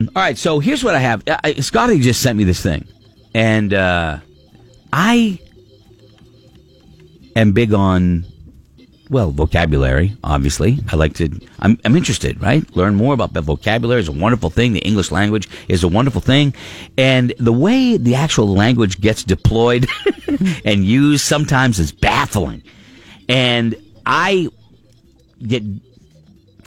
All right, so here's what I have. Uh, I- Scotty just sent me this thing, and uh, I am big on well vocabulary. Obviously, I like to. I'm, I'm interested, right? Learn more about the vocabulary is a wonderful thing. The English language is a wonderful thing, and the way the actual language gets deployed and used sometimes is baffling. And I get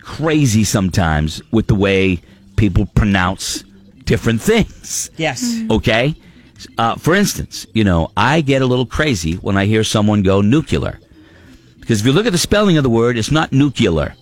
crazy sometimes with the way people pronounce different things. Yes. Okay? Uh, for instance, you know, I get a little crazy when I hear someone go nuclear. Because if you look at the spelling of the word, it's not nuclear,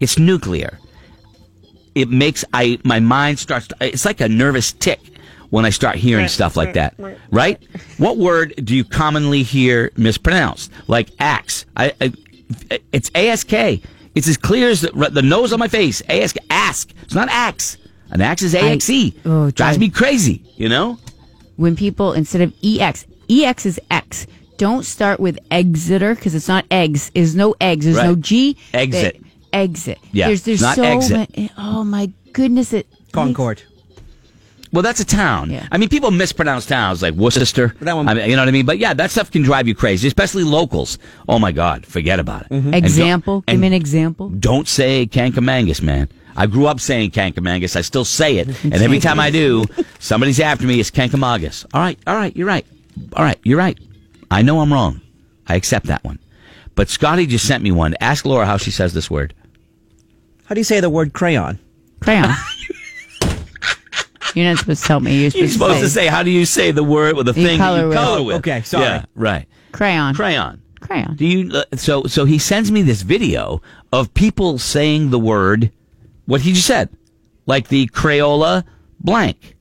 it's nuclear. It makes I my mind starts. It's like a nervous tick when I start hearing stuff like that. Right? What word do you commonly hear mispronounced? Like axe. I, I it's ask. It's as clear as the, the nose on my face. Ask. Ask. It's not axe. An axe is axe. oh, it drives drives- me crazy. You know. When people, instead of EX, EX is X. Don't start with Exeter because it's not eggs. There's no eggs. There's no Right. G. Exit. They- exit. Yeah, There's, there's not so exit. many. Oh, my goodness. It Concord. Well, that's a town. Yeah. I mean, people mispronounce towns like Worcester. That one- I mean, you know what I mean? But yeah, that stuff can drive you crazy, especially locals. Oh my God, forget about it. And don't- Example. and Give me an example. Don't say Kankamangas, man. I grew up saying Kankamangas. I still say it. And every time I do, somebody's after me. It's Kankamangas. All right, all right, you're right. All right, you're right. I know I'm wrong. I accept that one. But Scotty just sent me one. Ask Laura how she says this word. How do you say the word crayon? Crayon. You're not supposed to help me. You're supposed, You're supposed to say, how do you say the word with the You thing that color you with. color Oh, with? okay, sorry. Yeah, right. crayon. Crayon. Crayon. Do you uh, so so he sends me this video of people saying the word what he just said, like the Crayola blank.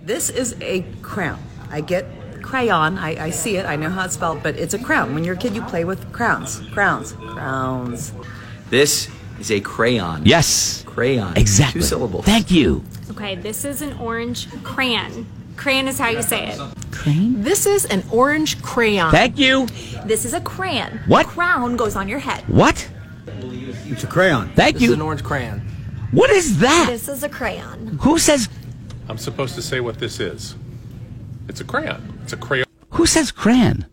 This is a crown. I get crayon. I, I see it. I know how it's spelled, but it's a crown. When you're a kid, you play with crowns, crowns, crowns. This is a crayon. Yes, Crayon. exactly. Two syllables. Thank you. Okay, this is an orange crayon. Crayon is how you say it. Crane? This is an orange crayon. Thank you. This is a crayon. What? Crown goes on your head. What? It's a crayon. Thank This is an you. orange crayon. What is that? This is a crayon. Who says I'm supposed to say what this is. It's a crayon. It's a crayon. who says crayon?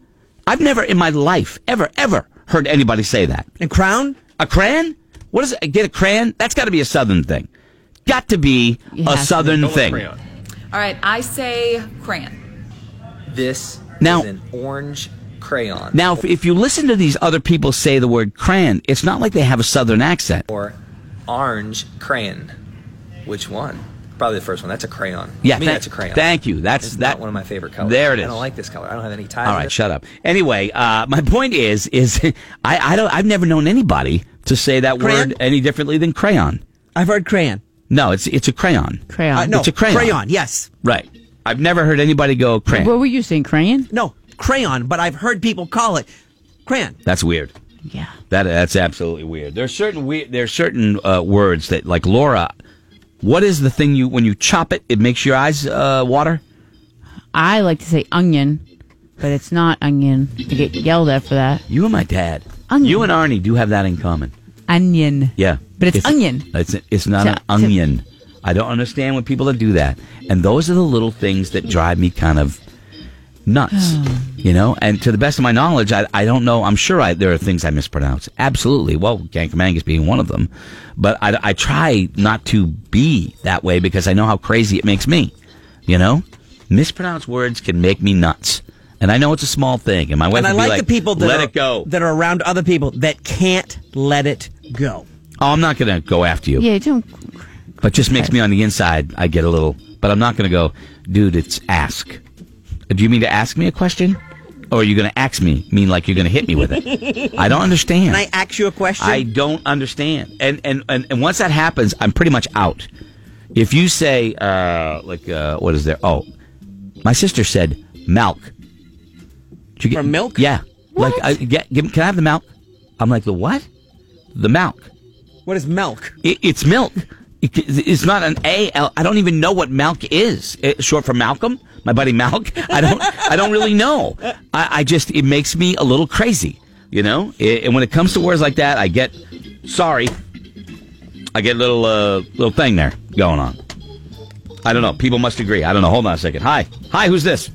I've never in my life ever ever heard anybody say that. And crown? A crayon? What is it? Get a crayon? That's got to be a southern thing. Got to be a has to be. southern Yellow thing. Crayon. All right, I say crayon. This Now- is an orange crayon. Now, if, if you listen to these other people say the word crayon, it's not like they have a southern accent. or orange crayon. Which one? Probably the first one. That's a crayon. Yeah, I mean, thank- that's a crayon. thank you. That's- It's that- not one of my favorite colors. there it I is. don't like this color. I don't have any ties. All right, shut up. Anyway, uh, my point is, is I, I don't, I've never known anybody to say that Crayon? word any differently than crayon. I've heard crayon. No, it's it's a crayon. Crayon. Uh, no, It's a crayon. Crayon, yes. Right. I've never heard anybody go crayon. What were you saying? Crayon? No, crayon, but I've heard people call it crayon. That's weird. Yeah. That that's absolutely weird. There's certain we, there's certain uh, words that like Laura. What is the thing you when you chop it? It makes your eyes uh, water. I like to say onion, but it's not onion. I get yelled at for that. You and my dad. Onion. You and Arnie do have that in common. Onion. Yeah, But it's onion. It's it's not To- an to- onion. I don't understand when people that do that. And those are the little things that drive me kind of nuts, you know. And to the best of my knowledge, I, I don't know. I'm sure I, there are things I mispronounce. Absolutely. Well, Gankamangas being one of them, but I, I try not to be that way because I know how crazy it makes me. You know, mispronounced words can make me nuts. And I know it's a small thing. And my wife and I would be like, the people that let are, it go. that are around other people that can't let it go. oh, I'm not going to go after you. Yeah, don't. but just makes me on the inside. I get a little, but I'm not going to go, dude. It's ask. Uh, Do you mean to ask me a question, or are you going to ask me? Mean like you're going to hit me with it? I don't understand. Can I ask you a question? I don't understand. And and and, and once that happens, I'm pretty much out. If you say uh, like uh, what is there? Oh, my sister said milk. Did you For milk? Yeah. What? Like, I, get, give, can I have the milk? I'm like the what? The milk. what is milk? It, it's milk. It- It's not an A L. I don't even know what Malk is. It's short for Malcolm, my buddy Malk. I don't. I don't really know. I, I just it makes me a little crazy, you know. It, and when it comes to words like that, I get sorry. I get a little uh, little thing there going on. I don't know. People must agree. I don't know. Hold on a second. Hi. Hi, who's this?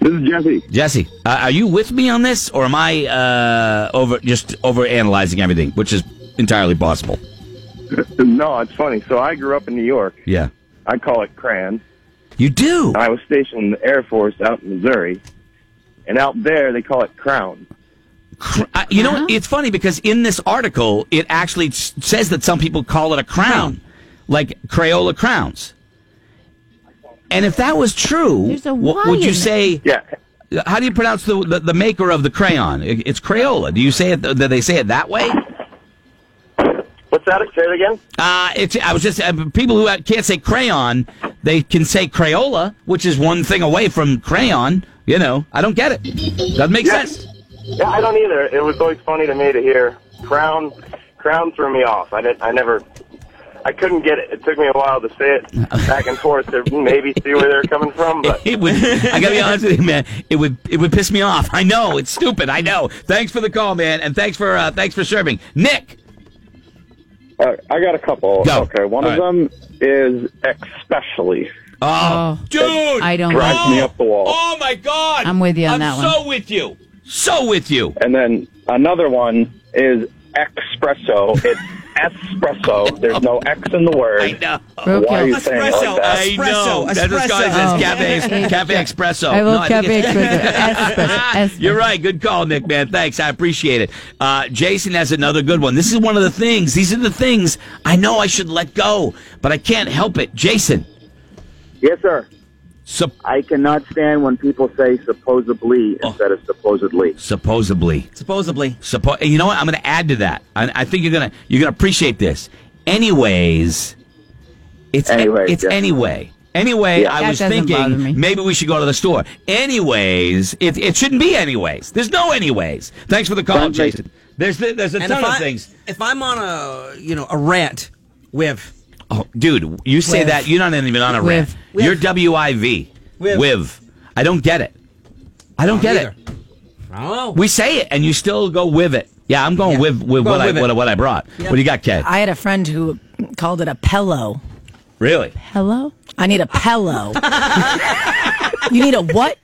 This is Jesse. Jesse, uh, are you with me on this, or am I uh, over just over analyzing everything, which is entirely possible? No, it's funny. So I grew up in New York. Yeah. I call it Cran. You do? Uh-huh. I was stationed in the Air Force out in Missouri. And out there, they call it Crown. I, uh, you know, it's funny because in this article, it actually s- says that some people call it a crown, like Crayola crowns. And if that was true, There's a w- Y would you in say? Yeah. How do you pronounce the, the the maker of the crayon? It- It's Crayola. Do you say it? Do they say it that way? What's that? Say it again? Uh, it's, I was just uh, people who can't say crayon, they can say Crayola, which is one thing away from crayon. You know, I don't get it. Doesn't make Yes. sense. Yeah, I don't either. It was always funny to me to hear Crown. Crown threw me off. I didn't. I never. I couldn't get it. It took me a while to say it back and forth to maybe see where they're coming from. But It would. I gotta be honest with you, man. It would. It would piss me off. I know it's stupid. I know. Thanks for the call, man, and thanks for uh, thanks for serving, Nick. uh, I got a couple. Go. Okay, one of All them is especially. Oh, Oh, dude, I don't Drives like me up the wall. Oh my God, I'm with you on that I'm one. So with you. So with you. And then another one is espresso. It's espresso. There's no X in the word. I know. Why are you roadkill. saying it like Espresso, that? I know. Espresso, That's what Scott espresso. says. Cafe, Oh. cafe espresso. I will No, think cafe it's- espresso. Espresso. You're right. Good call, Nick, man. Thanks. I appreciate it. Uh, Jason has another good one. This is one of the things. These are the things I know I should let go, but I can't help it. Jason, Yes, sir. sup- I cannot stand when people say supposedly Oh. instead of supposedly. supposedly. Supposedly. Suppo- you know what? I'm going to add to that. I, I think you're going to you're going to appreciate this. Anyways, it's a- Anyways, it's yeah. anyway. Anyway, Yeah. I That was doesn't bother me. thinking maybe we should go to the store. Anyways, it, it shouldn't be anyways. There's no anyways. Thanks for the call, Don't make- Jason. There's there's a And ton if of I, things. If I'm on a you know a rant with Oh, dude, you say With. that you're not even on a rant. With. You're WIV. With. I don't get it. I don't get either. it. Oh, We say it, and you still go with it. Yeah, I'm going Yeah. with with Go what with I it. what, what I brought. What do you got, Kay? I had a friend who called it a pillow. really? Hello? I need a pillow. you need a what?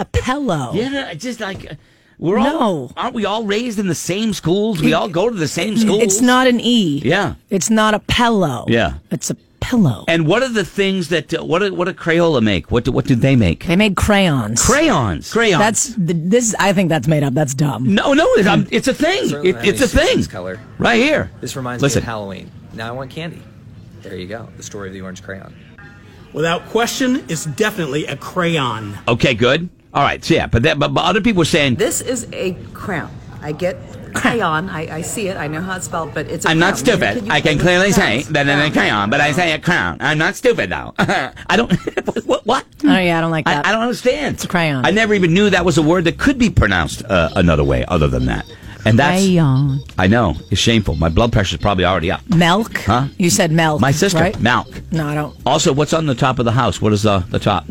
A pillow. Yeah, no, it's just like uh, we're all No. aren't we all raised in the same schools? We all go to the same schools. It's not an E. Yeah. It's not a pillow. Yeah. It's a pillow. And what are the things that uh, what do, what do Crayola make? What do, what do they make? they made crayons. Crayons. Crayons. That's this. I think that's made up. That's dumb. no, no. It's, um, it's a thing. Certainly It- not it's any a thing. season's color. Right here. This reminds Listen, me of Halloween. Now I want candy. There you go. The story of the orange crayon. Without question, it's definitely a crayon. Okay, good. All right. So yeah, but that but, but other people were saying This is a crown. I get crayon. I, I see it. I know how it's spelled, but it's. A I'm crown. not When you're a kid, stupid. you I play can with clearly say crowns. that in a crayon, but I say a crown. I'm not stupid though. I don't. what? What? Oh yeah, I don't like that. I, I don't understand. It's a crayon. I never even knew that was a word that could be pronounced uh, another way other than that. And that's Crayon. I know it's shameful. My blood pressure's probably already up. Milk. Huh? You said milk. My sister, Right? milk. No, I don't. Also, what's on the top of the house? What is the the top?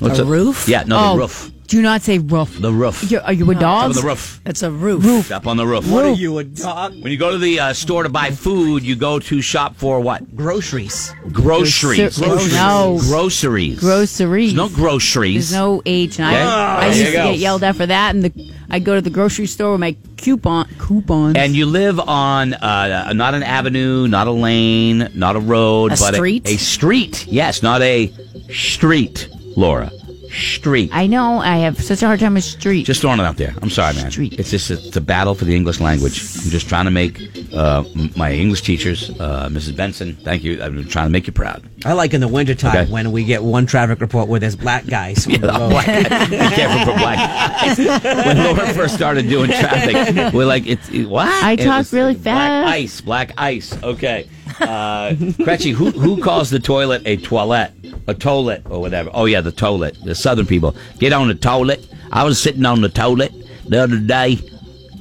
What's A it- roof? Yeah, no, oh, the roof. Do not say roof. The roof. You're, are you a Top dog? of the roof. It's a roof. Up on the roof. what are you a dog? When you go to the uh, store to buy food, you go to shop for what? Groceries. Groceries. Grocer- Groceries. oh, No. Groceries. Groceries. There's no groceries. There's no H. And Okay. I, I There used you to go. get yelled at for that. And the, I go to the grocery store with my coupon coupons. and you live on uh, not an avenue, not a lane, not a road, A but street? A, street. Yes, not a street, Laura. Street. I know I have such a hard time with street. just throwing it out there. I'm sorry, man. Street. It's just it's a battle for the English language. I'm just trying to make uh, m- my English teachers, uh, Mrs. Benson. Thank you. I'm trying to make you proud. I like in the wintertime Okay. when we get one traffic report where there's black guys. on the road. black guy. Be careful for black guys. When Laura first started doing traffic, we're like, it's it, what? I It talk was really Black fast. ice, black ice. Okay. Uh, Gretchen, who, who calls the toilet a toilet? A toilet or whatever. Oh, yeah, the toilet. The southern people. Get on the toilet. I was sitting on the toilet the other day,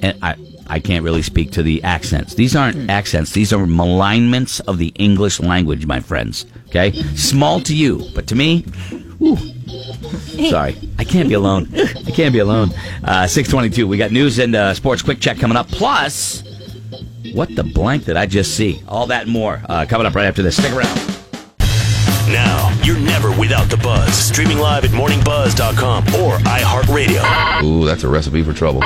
and I. I can't really speak to the accents. These Hmm. aren't accents. These are malignments of the English language, my friends. Okay? Small to you, but to me, Sorry, I can't be alone. I can't be alone. Uh, Six twenty-two. We got news and uh, sports quick check coming up. Plus, what the blank did I just see? All that and more uh, coming up right after this. Stick around. Now, Without the Buzz. Streaming live at morningbuzz.com or iHeartRadio. Ooh, that's a recipe for trouble.